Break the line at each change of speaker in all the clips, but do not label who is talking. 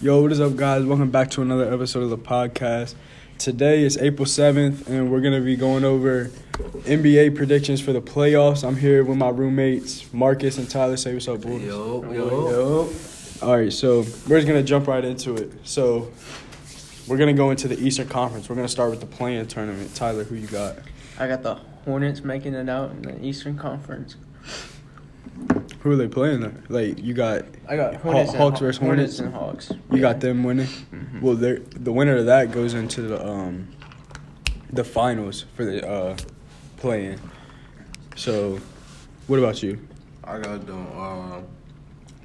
Yo, what is up, guys? Welcome back to another episode of the podcast. Today is April 7th, and we're going to be going over NBA predictions for the playoffs. I'm here with my roommates, Marcus and Tyler. Say what's up, boys.
Yo, yo.
All right, so we're just going to jump right into it. So we're going to go into the Eastern Conference. We're going to start with the play-in tournament. Tyler, who you got?
I got the Hornets making it out in the Eastern Conference.
Who are they playing there? Like, you got
I got
Haw-
Hornets and
Hawks
Haw-
versus Hornets?
Hornets and Hawks.
You got them winning. Well, they're- the winner of that goes into the um, the finals for the uh, playing. So, what about you?
I got the um,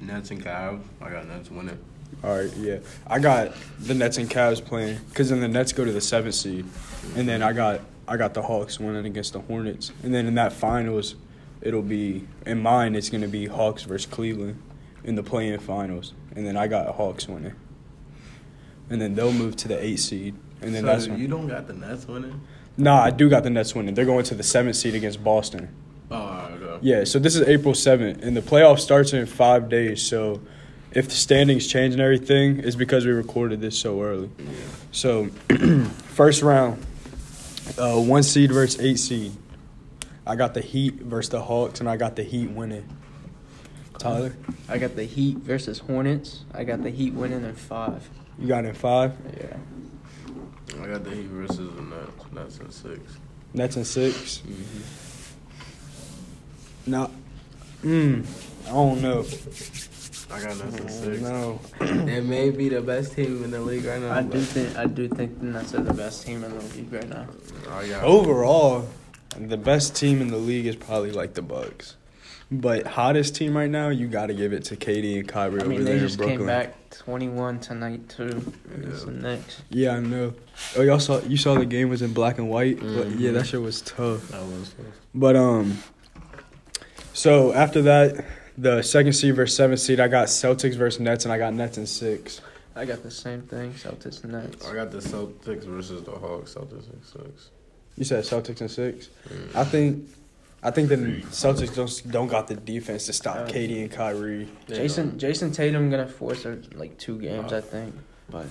Nets and Cavs. I got Nets winning.
All right, yeah, I got the Nets and Cavs playing because then the Nets go to the seventh seed, and then I got I got the Hawks winning against the Hornets, and then in that finals, it'll be in mine. It's gonna be Hawks versus Cleveland in the playing finals, and then I got Hawks winning, and then they'll move to the eighth seed, and then
so
that's when-
you don't got the Nets winning.
Nah, I do got the Nets winning. They're going to the seventh seed against Boston.
Oh, all right, okay.
Yeah, so this is April seventh, and the playoff starts in five days. So, if the standings change and everything, it's because we recorded this so early. So, first round, uh, one seed versus eight seed. I got the Heat versus the Hawks, and I got the Heat winning. Tyler,
I got the Heat versus Hornets. I got the Heat winning in five.
you got in five.
Yeah.
I got the Heat versus the Nets. Nets in six.
Nets in 6 Mm-hmm. Nah, mm, I don't know.
I got Nets in
I don't
six.
know.
It may be the best team in the league right now.
I do
but
think I do think the Nets are the best team in the league right now.
I got
Oh. Overall, the best team in the league is probably like the Bucks. But hottest team right now, you got to give it to Katie and Kyrie
I
over
mean,
there
they just
in Brooklyn.
came back 21 tonight too. It's
Yeah.
the next.
Yeah, I know. Oh, y'all saw you saw the game was in black and white. But yeah,
Mm-hmm.
Mhm.
that shit was tough.
That was
But um, so after that, the second seed versus seventh seed, I got Celtics versus Nets, and I got Nets in six.
I got the same thing. Celtics and Nets.
I got the Celtics versus the Hawks. Celtics in six.
You said Celtics in six.
Mm.
I think, I think the Celtics don't don't got the defense to stop Katie and Kyrie.
Jason Jason Tatum gonna force uh, like two games, I think. But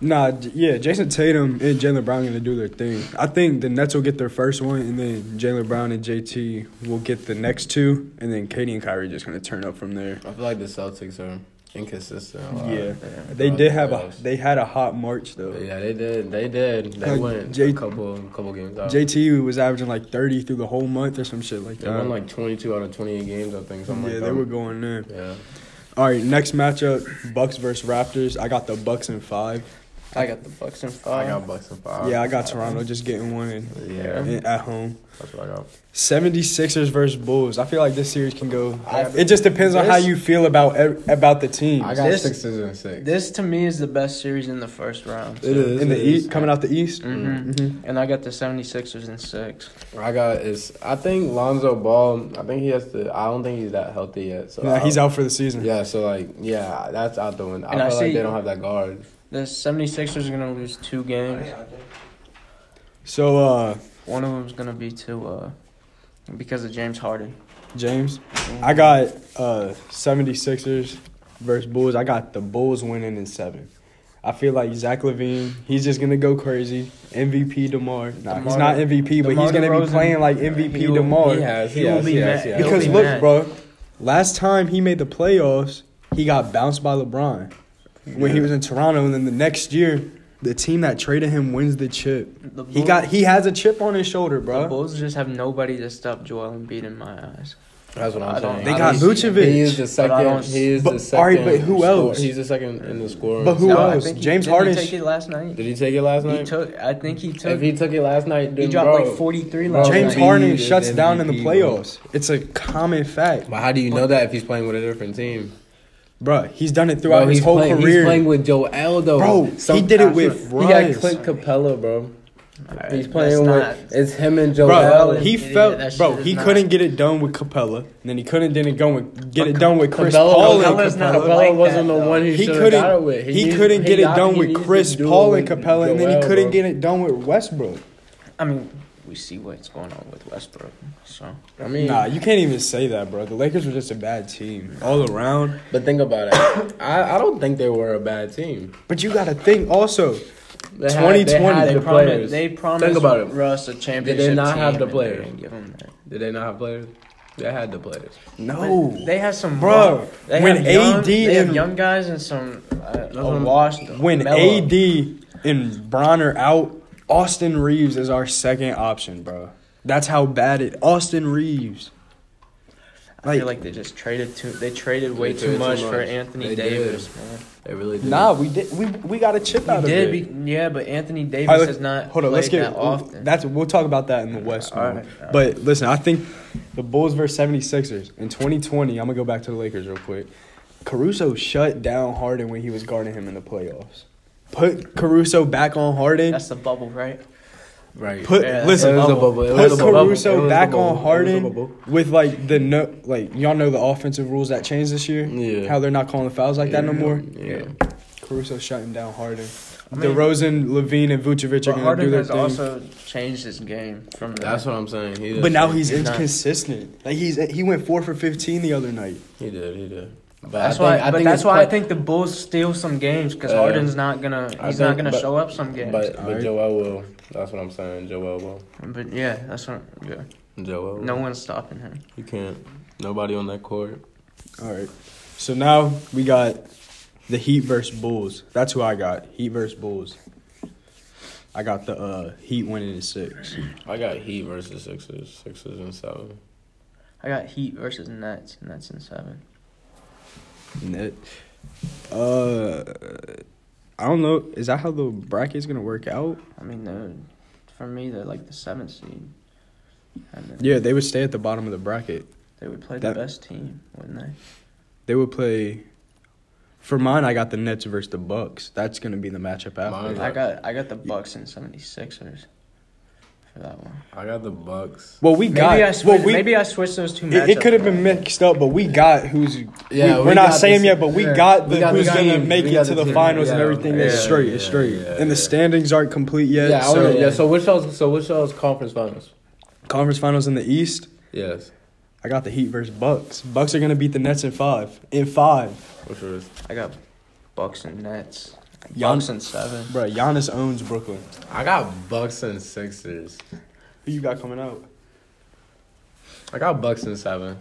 Nah, J- yeah, Jason Tatum and Jalen Brown gonna do their thing. I think the Nets will get their first one, and then Jalen Brown and JT will get the next two, and then Katie and Kyrie just gonna turn up from there.
I feel like the Celtics are inconsistent. a lot.
Yeah,
yeah.
they did have a they had a hot March though.
Yeah, they did. They did. They
Like,
went
J-
a couple couple games out.
JT was averaging like thirty through the whole month or some shit like
They
that.
won like 22 out of 28 games, I think. Something
yeah,
like
they
that.
were going in.
Yeah.
All right, next matchup: Bucks versus Raptors. I got the Bucks in five.
I got the Bucks in
I
five.
got Bucks and five.
Uh, Yeah, I got Toronto just getting one in,
Yeah,
in- at home.
that's what I got.
76ers versus Bulls. I feel like this series can go.
I-
It just depends on how
This-
you feel about ev- about the team.
I got
This-
sixes and six.
This to me is the best series in the first round.
It is.
in the
it is.
East, coming out the East.
Mhm.
Mhm.
And I got the 76ers in six.
I got is. I think Lonzo Ball. I think he has to. I don't think he's that healthy yet. So
Nah, he's
Uh,
I-
out for the season.
Yeah, so like, yeah, that's out the window. I
And I
feel like
see-
they don't have that guard.
The 76ers are going to lose two games.
So, uh,
One of them's going to be to, uh, because of James Harden.
James, I got uh 76ers versus Bulls. I got the Bulls winning in seven. I feel like Zach Levine, he's just gonna go crazy. MVP Demar. Nah, he's
DeMar-
not MVP, but he's
DeMar
gonna be
DeRozan.
playing like MVP
He'll-
Demar.
He has. He
He will
has.
be
He has.
mad.
He has.
He'll
Because
be
look,
mad.
bro, last time he made the playoffs, he got bounced by LeBron when he was in Toronto, and then the next year, the team that traded him wins the chip.
The
He
Bull-
got he has a chip on his shoulder,
The
bro.
Bulls just have nobody to stop Joel Embiid in my eyes.
That's what I'm
I don't-
saying.
They
I
got
think
Vucevic.
He is the
But I
second.
don't-
He is the
But-
second.
all right, but who
scorer.
else?
He's the second in the scoring.
But who
No,
I
else?
think he-
James
didn't
Harden's-
He take it last night.
Did he take it last
He
night?
took. I think he took.
if he took it last night,
he
then
dropped
bro,
like 43
bro,
last
James
Embiid
night.
Harden
is
shuts down in the
MVP, bro.
playoffs. It's a common fact,
But how do you know that if he's playing with a different team?
bro. He's done it throughout
Bro,
his
he's
whole
playing,
career.
He's playing with Joel though.
Bro, he did it with
He got
Rice.
Clint Capella, bro.
Alright,
He's
that's
playing
not-
with it's him and Joel.
Bro,
Allen,
he
yeah, that
felt
shit
bro.
is
He
not-
couldn't get it done with Capella, and then he couldn't didn't go and get
But
it done with Chris
Capella,
Paul. and
Capella's not
Capella.
Capella
like
wasn't
that,
the
though.
one he,
He
should have got
couldn't.
it with.
He,
needs-
couldn't
he
get it
got-
done
he
with
needs to
Chris
do it
Paul
with
and Capella, and then
Joel,
he couldn't
bro.
get it done with Westbrook.
I mean, we see what's going on with Westbrook. So
I mean,
nah, you can't even say that, bro. The Lakers were just a bad team all around.
but think about it. I, I don't think they were a bad team.
But you got to think also.
They had-
2020,
they had
they
the
promi-
players.
they promised
Think about it.
Russ a championship.
not
team
have the
and they
players?
didn't give him that.
Did they not have players? They had the players.
No.
They had some
Oh, Bro,
They
when
have young,
AD
they have
and-
young guys and some uh,
what
a
I'm-
washed
When
Melo.
AD and Bron are out, Austin Reeves is our second option, bro. That's how bad it. Austin Reeves.
I feel like they just traded too. They traded way
They
too,
traded too
much, for
much.
Anthony
They did.
Davis. Man.
They really did.
Nah, we did. We we got a chip out
He
of it.
did, be, yeah, but Anthony Davis
All right,
has
let's-
not
hold on. Let's
played
get
that often.
that's we'll talk about that in the West.
All
man.
right, all right.
But listen, I think the Bulls versus 76ers in 2020. I'm gonna go back to the Lakers real quick. Caruso shut down Harden when he was guarding him in the playoffs. Put Caruso back on Harden.
that's the bubble, right?
right.
Put
Yeah,
listen,
it was a
bubble.
bubble. It
put
was a bubble. It was
Caruso
a
back
bubble.
on
It was a bubble.
Harden with like the no, like y'all know the offensive rules that changed this year.
Yeah.
How they're not calling the fouls like that no
Yeah,
more.
Yeah.
Caruso shutting down Harden.
I mean-
DeRozan, Levine, and Vucevic are
But
gonna do
Harden
their
has
thing.
also changed his game from
That's
that.
what I'm saying. He did.
but now he's,
he's not-
inconsistent. Like he's he went four for fifteen the other night.
He did. He did. But
That's why. but that's
it's
why
quite-
I think the Bulls steal some games because
Uh,
Harden's not gonna.
I
He's not
think-
gonna
but-
show up some games.
But
But,
but
Alright.
Joel will. That's what I'm saying. Joel will.
yeah, that's what. Yeah,
Joel. will.
no one's stopping him.
You can't. Nobody on that court.
All right. So now we got the Heat versus Bulls. That's who I got. Heat versus Bulls. I got the uh, Heat winning in six.
I got Heat versus Sixers. Sixers and seven.
I got Heat versus Nets. Nets in seven.
Net. Uh, I don't know. Is that how the bracket's gonna work out?
I mean, they're, for me, they're like the seventh seed. And then
Yeah, they would stay at the bottom of the bracket.
They would play
That-
the best team, wouldn't they?
They would play. For mine, I got the Nets versus the Bucks. That's gonna be the matchup after.
Mine's
I got I got the Bucks and 76ers for that one.
I got the Bucks.
Well, we
Maybe
got.
I switched,
well, we,
maybe I switched those two matchups.
It, it could have been mixed up, but we got who's.
Yeah,
we, are
we
not
got
saying
this-
yet, but we
yeah.
got the
We got
who's
the
gonna
team.
make
We
it
got
to
the
the
team.
finals and
Yeah,
everything.
yeah,
it's straight.
yeah,
it's straight,
yeah,
and the
yeah.
standings aren't complete
Yeah.
yet.
I
so
wanna- yeah. So which y'all's? So which y'all's conference finals?
conference finals in the East.
Yes.
I got the Heat versus Bucks. Bucks are gonna beat the Nets in five. In five,
Which was
I got Bucks and Nets.
Gian-
Bucks and seven.
bro. Giannis owns Brooklyn.
I got Bucks and Sixers.
Who you got coming out?
I got Bucks and seven.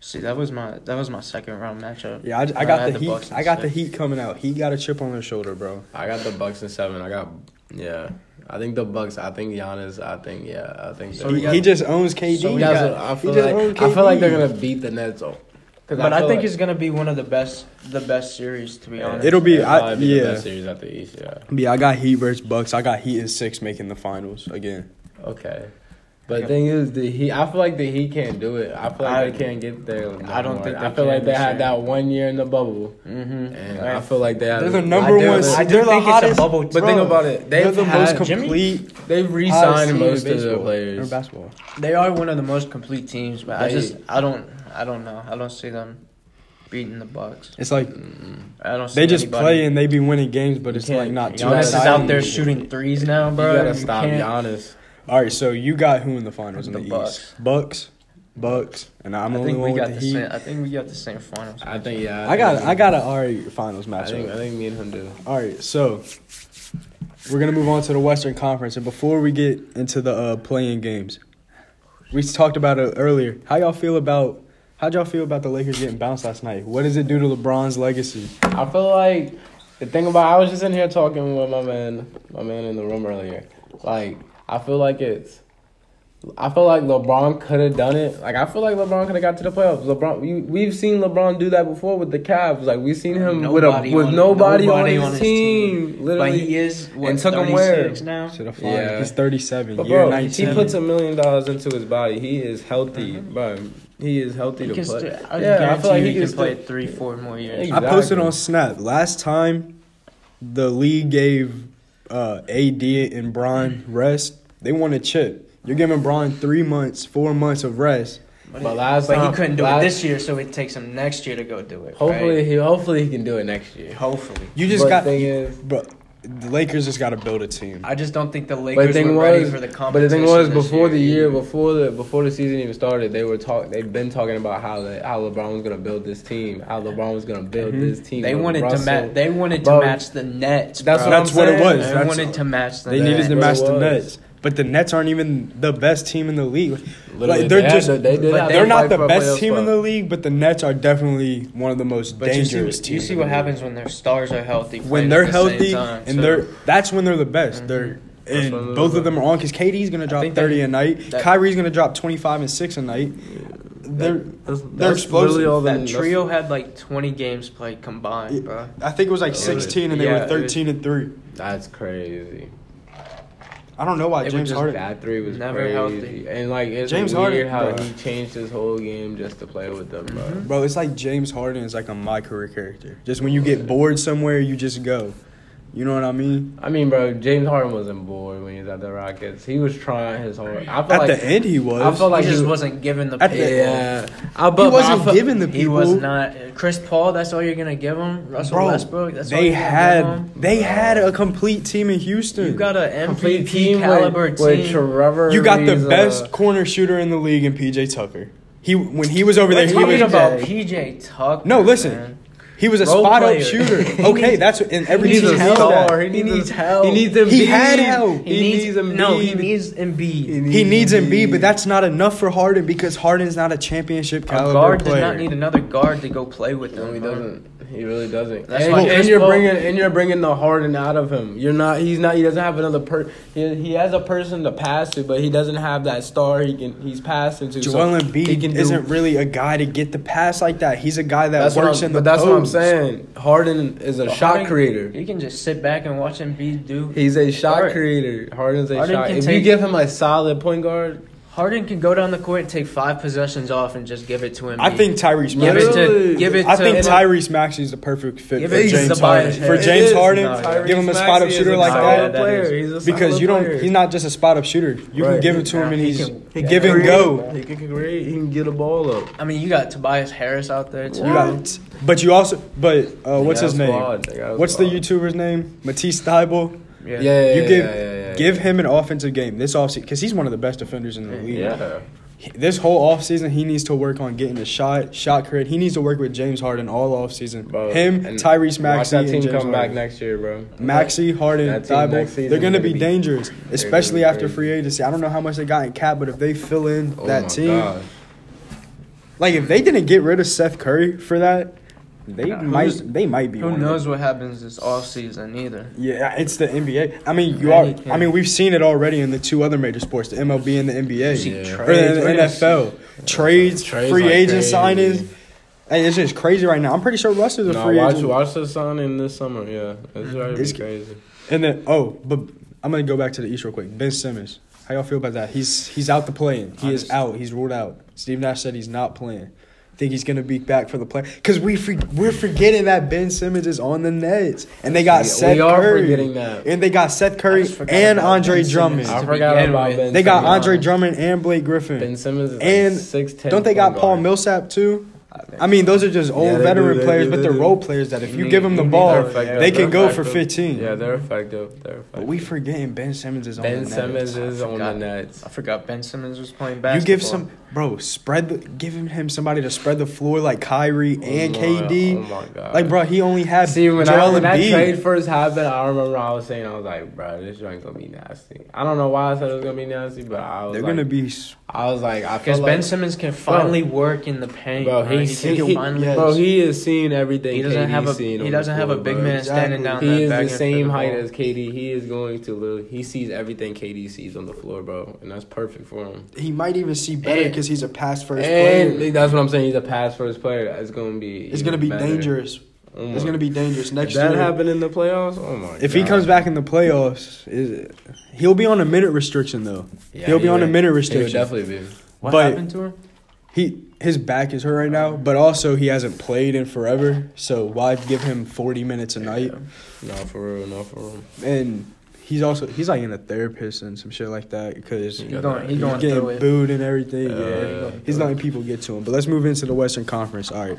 See, that was my that was my second round matchup.
Yeah, I, I
I
got
had
the
the
Heat.
Bucks in
I got the
six.
Heat coming out. He got a chip on their shoulder, bro.
I got the Bucks and seven. I got yeah. I think the Bucks. I think Giannis. I think yeah. I think
So
the-
he,
got-
he just owns KD.
so we
That's
got-
what I
he
feel
just
like.
owned
I feel like
KD.
they're gonna beat the Nets though. 'Cause
But I,
feel
think
like-
it's gonna be one of the best the best series to be
Yeah.
honest.
It'll be-
It'll
I-
probably
yeah.
the best series at the East. Yeah.
yeah, I got Heat versus Bucks. I got Heat in six making the finals again.
Okay. But
Yeah.
thing is, the Heat. I feel like the Heat can't do it. I feel like
I-
they can't get there. no
I don't
more.
think
I
they
feel like
can
they
this
had
year.
that one year in the bubble,
Mm-hmm.
and I feel like they had.
They're the
I
number
do-
one.
I do
they're the
think it's a
hottest.
bubble
But think
bro,
about it.
They're
They've
the
had,
most complete.
They
hottest
re-signed
team
most
in
of the
baseball, Or
players.
basketball.
They are one of the most complete teams, but I
They-
just I don't I don't know. I don't see them beating the Bucks.
It's like
I don't see
they just
anybody.
play and they be winning games, but it's
You
like
can't-
not
you
too
Giannis is
exciting.
out there shooting threes now,
You
bro.
gotta stop
can't-
Giannis.
All right, so you got who in the finals in
The
the,
Bucks.
East? Bucks, Bucks, and I'm
I
the only
think we
one
got
with
the,
the Heat.
same. I think we got the same finals.
I think yeah.
I got
think-
I got an all right finals
I think I
matchup.
think me and him do.
All right, so we're gonna move on to the Western Conference, and before we get into the uh, playing games, we talked about it earlier. How y'all feel about? How'd y'all feel about the Lakers getting bounced last night? What does it do to LeBron's legacy?
I feel like the thing about I was just in here talking with my man, my man in the room earlier. Like I feel like it's. I feel like LeBron could have done it. Like I feel like LeBron could have got to the playoffs. LeBron, we, we've seen LeBron do that before with the Cavs. Like we've seen him with a with
on-
nobody, on, his team. Literally,
but he is what,
And took him
36
where?
now.
To the final.
Yeah.
He's 37,
But
year
bro,
19.
he puts a million dollars into his body. He is healthy, bro. He is healthy
He
to
can
play.
st- I
yeah, I
guarantee
feel like
you
he,
can,
can
play
still-
three, four more years.
I posted
Exactly.
on Snap last time the league gave uh, AD and Bron rest. They won a chip. You're giving Bron three months, four months of rest.
But last
but
time-
he couldn't do
last-
it this year, so it takes him next year to go do it.
Hopefully,
right?
he hopefully he can do it next year.
hopefully.
You just
But
got,
thing is-
bro. the Lakers just got to build a team.
I just don't think the
But the
Lakers
thing
were ready
was,
for the competition.
but the thing was,
this
before the year, before the before the season even started, they were talk. They've been talking about how Le- how LeBron was gonna build this team, how LeBron was gonna build
Mhm.
this team.
they
with
wanted to
Russell.
match. They wanted
Bro,
to match the Nets.
that's
bro.
what I'm saying.
it was.
They
That's-
wanted to match the
they
Nets.
needed to
That's
match
what
the
it was.
Nets, but the Nets aren't even the best team in the league.
Literally,
Like, they're
they had
just
to- they did
but
have to
they're not
fight
the
for a playoff
best team in
spot.
the league, but the Nets are definitely one of the most
But you see,
dangerous
what- you
teams.
see
in
what
the league.
happens when their stars are healthy.
when
playing
they're
at the same
healthy
time,
and
so-
they're that's when they're the best. They're
That's
and
when they're
both
the
of them are on because KD's gonna drop
think that-
thirty a night.
that-
Kyrie's gonna drop twenty five and six a night. They're
That's,
they're explosive.
literally all the-
that
that's-
trio had like 20 games played combined,
It-
bro.
I think it was like
Yeah.
sixteen and they
Yeah,
were
it-
thirteen and three.
That's crazy.
I don't know why
They were
James
just
Harden.
That three was
Never
crazy.
healthy.
And like it's
James Harden,
weird how
bro.
he changed his whole game just to play with them, bro.
Mm-hmm.
Bro, it's like James Harden is like a my career character. Just when you get bored somewhere, you just go. You know what I mean?
I mean, bro, James Harden wasn't bored when he was at the Rockets. He was trying his whole. I feel
At
like
the end, he was.
I feel like
he just
he-
wasn't given the
At the-
payroll.
Yeah, I, but,
he wasn't
but I feel-
giving the people.
He was not Chris Paul. That's all you're gonna give him. Russell
Bro,
Westbrook. That's all
they
you're gonna give him?
had they had a complete team in Houston.
You got an
complete
MVP
team
caliber
with,
team.
with Trevor.
You got the
Ariza.
best corner shooter in the league in PJ Tucker. He when he was over
We're
there, he
talking
was
about PJ Tucker.
No, listen.
man.
he was a
role
spot up
player.
shooter.
He
Okay,
needs-
that's what- and every
He
team
needs a
needs
star.
that.
He
He
needs,
needs help.
He needs Embiid.
He had help.
He, needs,
Embiid.
no. He needs Embiid.
He
He needs Embiid, but
Embiid.
that's not enough for Harden because Harden's not a championship
a
caliber
guard
player.
does not need another guard to go play with him.
No, he
bro.
doesn't. He really doesn't.
That's
and,
why
and
Chris
you're
Paul-
bringing and you're bringing the Harden out of him. You're not. He's not. He doesn't have another per. He, he has a person to pass to, but he doesn't have that star. He can. He's passing to. so
Joel
he
Embiid
can do-
isn't really a guy to get the pass like that. He's a guy that
that's what
works
I'm-
in the
But that's what I'm
post.
saying. Harden is a
But
shot
Harden-
creator.
You can just sit back and watch Embiid do.
He's a shot
Harden-
creator. Harden's a
Harden
shot.
can
If you
take-
give him a solid point guard,
Harden can go down the court and take five possessions off and just give it to Embiid.
I think Tyrese
give
Maxey.
it
Really?
to give it
I
to
think Tyrese Maxey is the perfect fit
Give
for
it to
James
Tobias
Harden.
Harris.
For
It
James
is.
Harden,
No,
give him a
Tyrese
spot up
Maxey is
shooter
a
like
solid
that.
that
player.
is-
He's a solid
Because you don't,
player.
he's not just a spot up shooter. You
Right.
can give it to him
Nah,
and
he
he's
can-
he
give
can
and
create.
go.
He can create. He can get a ball up.
I mean, you got Tobias Harris out there too.
You got, but you also, but uh, what's
They
his
got a
name?
squad. They got a
What's the
squad.
YouTuber's name? Matisse Thybul.
yeah.
Yeah,
You
yeah,
give
yeah, yeah, yeah,
give him an offensive game this offseason because he's one of the best defenders in the league.
Yeah.
He- This whole offseason, he needs to work on getting a shot, shot create. He needs to work with James Harden all offseason.
Bro,
him,
and
Tyrese
Watch
Maxey,
that
and
team
James
come back
Harden.
next year, bro.
Maxi, Harden,
That team next
Thibault,
season
they're going to
gonna
be
be-
dangerous, especially
be
after
crazy.
free agency. I don't know how much they got in cap, but if they fill in
Oh my
that team,
God.
like if they didn't get rid of Seth Curry for that, they
Yeah,
might
who's-
they might be. one
Who
of the-
knows what happens this offseason either.
Yeah, it's the NBA. I mean, you
Really
are.
can't.
I mean, we've seen it already in the two other major sports, the MLB and the NBA,
Yeah.
or the NFL trades,
Trades
free
like
agent
crazy.
signings. Hey, it's just crazy right now. I'm pretty sure Russ is a
No,
free
watch,
agent.
watch the signing this summer. Yeah, it's already
It's-
crazy.
And then, oh, but I'm gonna go back to the East real quick. Ben Simmons, how y'all feel about that? He's he's out the playing. He is
Honest.
out. He's ruled out. Steve Nash said he's not playing. Think he's gonna be back for the play? Because we for, we're forgetting that Ben Simmons is on the Nets, and they got
We-
Seth
we are
Curry.
forgetting that.
And they got Seth
I
Curry
just forgot
and
about
Andre
Ben Simmons
Drummond.
to
I
begin
forgot about
with.
Ben
They got
Simmons.
Andre Drummond and Blake Griffin.
Ben Simmons is
And
like six ten.
Don't they got Paul Millsap too? I mean, those are just old
they do,
veteran
they
players,
do,
but
they
they're
do.
role players that if you,
You
give
need-
them the
you need
ball,
those guys.
they
They're
can go for
effective.
15.
Yeah, they're effective. They're effective.
But we forgetting Ben Simmons is on the
ben
Nets.
Simmons is on the
forgot.
Nets.
I forgot Ben Simmons was playing basketball.
You give some bro spread the giving him somebody to spread the floor like Kyrie and
Oh my-
KD.
Oh my god!
Like bro, he only had
See, when, I,
Joel
when that
Embiid.
trade first happened, I remember I was saying, I was like, bro, this joint gonna be nasty. I don't know why I said it was gonna be nasty, but I was
They're
like,
gonna be s-
I was like, I
because
felt
Ben
like,
Simmons can finally work in the paint.
bro,
man.
he's,
he
he,
can
he-
finally.
yes.
bro, he is seeing everything.
He doesn't
KD
have a
seen
he
on the
doesn't have a
floor,
big
bro.
man
Exactly.
standing down
He
there.
is the
begging for
same
the
height
ball.
as KD. He is going to live. He sees everything KD sees on the floor, bro, and that's perfect for him.
he might even see better
And-
because he's a pass first
And
player.
that's what I'm saying. He's a pass first player. It's gonna be.
It's
even
gonna be
better.
dangerous.
Oh my
It's gonna be dangerous
If
next
that
year.
happened in the playoffs, oh my!
If he
God.
comes back in the playoffs, is he'll be on a minute restriction though.
Yeah,
he'll be
he
on a
would.
minute
he would
restriction.
definitely be.
What
But-
happened to him?
He his back is hurt right now, but also he hasn't played in forever. So why give him forty minutes a night?
No, for real, no, for real.
And he's also he's like in a therapist and some shit like that because
He going he
he's
going through
getting
it. Uh,
booed and everything.
Yeah,
yeah,
he going
he's letting people get to him. But let's move into the Western Conference. All right,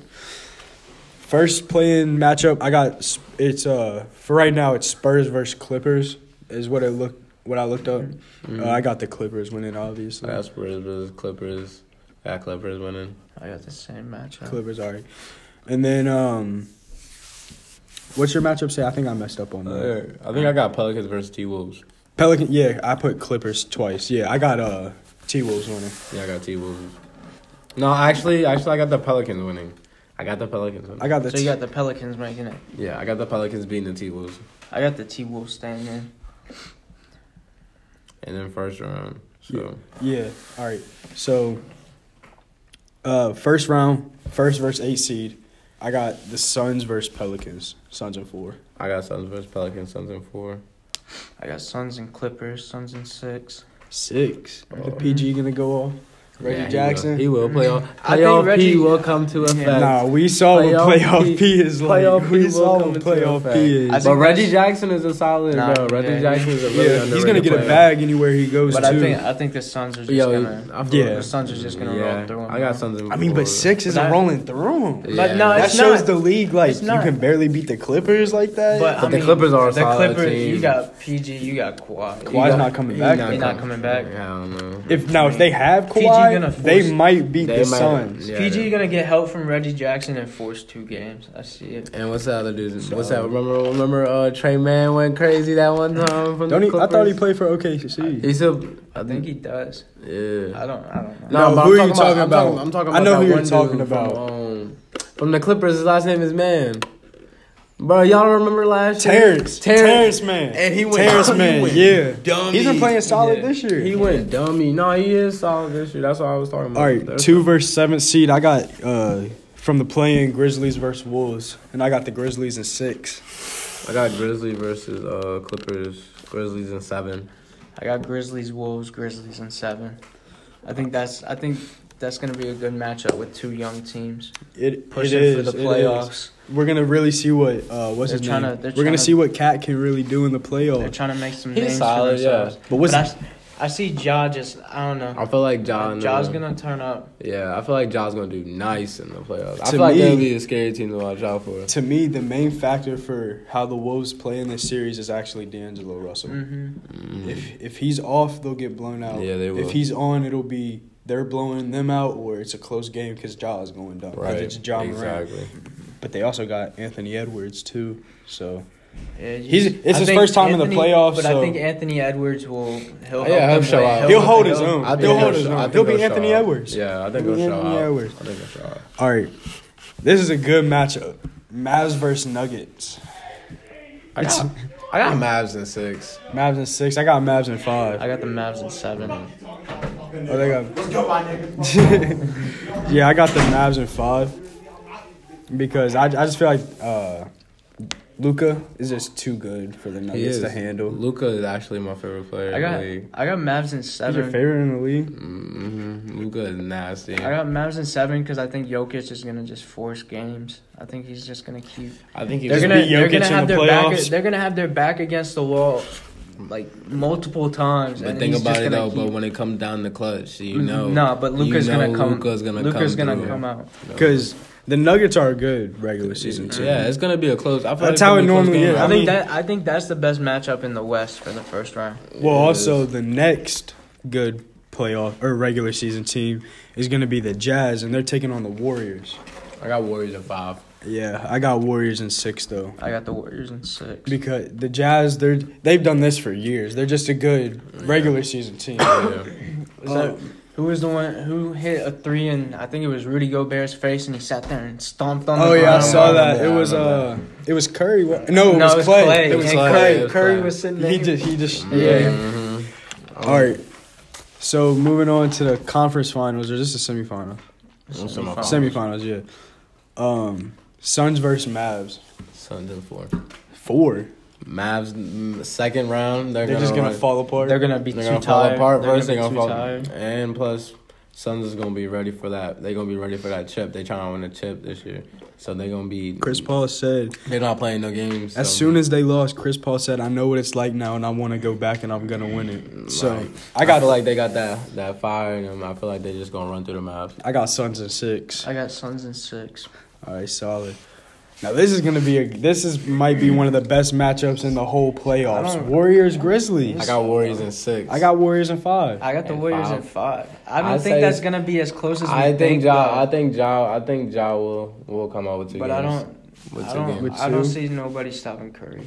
First playing matchup, I got s- it's uh for right now it's Spurs versus Clippers is what it looked what I looked up.
Mm-hmm.
Oh,
Uh, I got the Clippers winning obviously.
That's Spurs versus Mm-hmm. Clippers. That Clippers winning.
I got the same matchup.
Clippers, alright. And then um, what's your matchup say? I think I messed up on that.
Uh,
I think I got Pelicans versus T Wolves.
Pelican, yeah, I put Clippers twice. Yeah, I got uh T Wolves winning.
Yeah, I got T Wolves. No, actually, actually, I got the Pelicans winning. I got the Pelicans winning.
I got the.
So you got the Pelicans making it.
yeah, I got the Pelicans beating the T Wolves,
I got the T Wolves staying in.
and then first round. So
yeah. All right. So. Uh, first round, first versus eight seed. I got the Suns versus Pelicans. Suns and four.
I got Suns versus Pelicans, Suns in four.
I got Suns and Clippers, Suns and six.
Six.
Oh.
The PG gonna go off. Reggie
Yeah, he
Jackson.
will. He will, play off.
Mm-hmm. I think
Playoff P
Reggie-
will come to effect.
Yeah.
Nah, we saw what
Playoff
playoff
P-
P, is like.
playoff P
we
will
saw
come
what
into
playoff
effect.
P is.
I think
But Reggie
that's-
Jackson is a solid,
Nah,
bro. Reggie
yeah.
Jackson is a really
yeah, he's gonna
underrated
get a
player.
bag anywhere he goes
But
to.
I think I think the Suns are just
Yo,
gonna.
I feel-
Yeah.
The Suns are just gonna
yeah.
roll through 'em,
I got
bro.
Suns in
I mean, but
four.
six isn't
That-
rolling through him.
Yeah.
But no,
That
it's
shows
not.
the league like
It's
you
not.
can barely beat the Clippers like that.
But, I
the
mean,
Clippers are a
the
solid
Clippers,
team.
You got PG. You got Kawhi.
Kawhi- Kawhi's not coming
He's
back.
He's not coming back.
Yeah, I don't know.
if now if they have
PG gonna
Kawhi,
force-
they might beat
They
the
might-
Suns.
yeah,
PG
they-
gonna get help from Reggie Jackson and force two games. I see it.
And what's the other dude? What's that? Remember, remember, uh, Trey Man went crazy that one time
Don't
from the
he, I
Clippers.
thought he played for OKC.
He's a.
I think he does.
Yeah.
I don't. I don't know.
No,
but
who
I'm
are you talking about?
I'm talking, I'm talking about.
I know
that
who you're
one dude
talking
from,
about.
um, from the Clippers, his last name is Man. Bro, y'all remember last
Terrence,
year?
Terrence, man,
And he went-
Terrence,
he
man,
went
yeah,
dummy.
he's been playing solid
Yeah.
this year.
He went dummy. No, he is solid this year. That's what I was talking about.
All right,
That's-
two versus seven seed. I got uh, from the playing Grizzlies versus Wolves, and I got the Grizzlies in six.
I got Grizzly versus uh Clippers. Grizzlies in seven.
I got Grizzlies, Wolves, Grizzlies, and seven. I think that's. I think that's gonna be a good matchup with two young teams
It
pushing
it is,
for the
it is.
playoffs.
We're gonna really see what uh, what's
They're
his
tryna-
name.
they're
We're gonna
tryna-
see what Cat can really do in the
They're
playoffs.
trying to make some
He's
names
solid,
for themselves.
yeah.
But what's
I, s- I see Ja just. I don't know.
I feel like John.
Ja's gonna turn up.
Yeah, I feel like Ja's gonna do nice in the playoffs. I
To
feel like
me-
they'll be a scary team to watch out for.
to me the main factor for how the Wolves play in this series is actually D'Angelo Russell.
hmm
Mm.
If if he's off, they'll get blown out.
Mm-hmm. Yeah, they will.
If he's on, it'll be they're blowing them out, or it's a close game because Ja is going down. 'cause
Right.
It's Ja Morant.
exactly.
But they also got Anthony Edwards too. So
Yeah,
He's-
you-
it's
I
his
think
first time in the playoffs,
But
so- Oh,
I think Anthony Edwards will.
Yeah, he'll
He'll help them
show
win.
out.
he'll
I
hold
think
his
he'll-
own.
I think
He'll
he'll
hold his
show- I
own.
think
He'll be
he'll show
Anthony
out.
Edwards.
Yeah, I think
He'll
he'll
be
show
Anthony
out.
Edwards.
I think he'll show out.
all right, this is a good matchup. Mavs versus Nuggets.
I
It's-
got, I got Mavs in six.
Mavs in six. I got Mavs in five.
I got the Mavs in seven.
Oh, they got. yeah, I got the Mavs in five because I, I just feel like uh, Luca is just too good for the Nuggets to handle.
Luca is actually my favorite player.
I got.
In the league.
I got Mavs in
He's your
seven.
favorite in the league.
Mm-hmm. Luca is nasty.
I got Mavs in seven because I think Jokic is gonna just force games. I think he's just gonna keep.
I think he's
They're
Just
gonna.
beat
They're
Jokic
gonna
in
have
the
their back.
playoffs.
They're gonna have their back against the wall, like multiple times.
But
and
think
he's
about
just
it
gonna
though. But
keep-
when it comes down to clutch, you
Mm-hmm.
Mm,
know.
nah, but
you
Luca's
know
gonna come.
Luka's gonna
Luka's
come
gonna
through.
come out.
Because the Nuggets are good regular season too.
Yeah, it's gonna be a close. I feel
That's
like it's gonna
how it
be a
normally
close game.
is.
I,
I
think
mean-
that. I think that's the best matchup in the West for the first round.
Well,
Yeah, it
also
is.
the next good playoff or regular season team is going to be the Jazz, and they're taking on the Warriors.
I got Warriors at five.
Yeah, I got Warriors in six though.
I got the Warriors in six.
Because the Jazz, they're they've done this for years. They're just a good regular season team. Oh,
Yeah.
Was that- who was the one who hit a three and I think it was Rudy Gobert's face and he sat there and stomped on.
Oh
the
yeah, I
ground.
saw that. It
remember,
was
I
uh,
remember
it was Curry. wa- No, it
No,
was Clay.
It was
and
Clay.
Curry,
It was
Curry
Clay.
was sitting there.
He just he just
Yeah.
Mhm.
All right. So moving on to the conference finals or just the semifinal?
Semifinals.
Semifinals, yeah. Um, Suns versus Mavs.
Suns in four.
Four.
Mavs mm, second round. They're,
They're just gonna
run-
fall apart.
They're gonna be
They're
too
gonna fall
tired.
apart
they're
first. They're
gonna
gonna
be
fall.
too tired.
And plus, Suns is gonna be ready for that. They're gonna be ready for that chip. They trying to win a chip this year, so they're gonna be.
Chris Paul said,
They're not playing no games.
as
so-
soon as they lost, Chris Paul said, I know what it's like now and I want to go back and I'm going to win it. So
Like,
I got
feel like they got that that fire in them. I feel like they're just gonna run through the mouth.
I got Suns and six.
I got Suns in six.
All right, solid. Now this is gonna be a this is might be one of the best matchups in the whole
I
playoffs.
don't-
Warriors Grizzlies.
I got Warriors in six.
I got Warriors in five.
I got the
And
Warriors
five.
at five. I don't
I
think
say-
that's gonna be as close as we
I think Ja. I
though.
think Ja. I think Ja will will come out with two.
but
games.
I don't.
With
I
two
don't.
games.
With
I don't
two?
see nobody stopping Curry.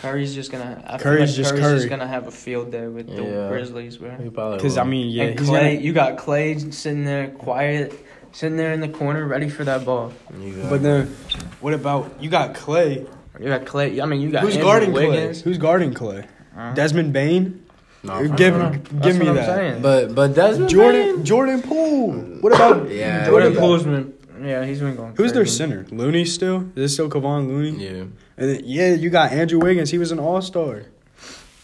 Curry's just gonna. I feel
Curry's
like
just
Curry's
Curry.
just gonna have a field day with the
Yeah.
Grizzlies, bro.
He probably
Because I
won't.
mean, yeah,
and
he's
Clay,
gonna,
you got Clay sitting there quiet, sitting there in the corner, ready for that ball.
He's, uh,
but then what about you got Clay?
You got Clay. I mean, you got
Who's
Andrew
guarding Clay?
Wiggins.
Who's guarding Clay?
Uh,
Desmond Bain?
no, for
give
sure.
him-
That's
give me
what I'm
that.
saying.
But but Desmond
Jordan
Bain-
Jordan Poole. What about
Yeah,
Jordan
Jordan
Poole's been. Yeah, he's been going.
Who's their
crazy.
center? Looney still? Is this still Kevon Looney?
Yeah.
And then, yeah, you got Andrew Wiggins. He was an all star.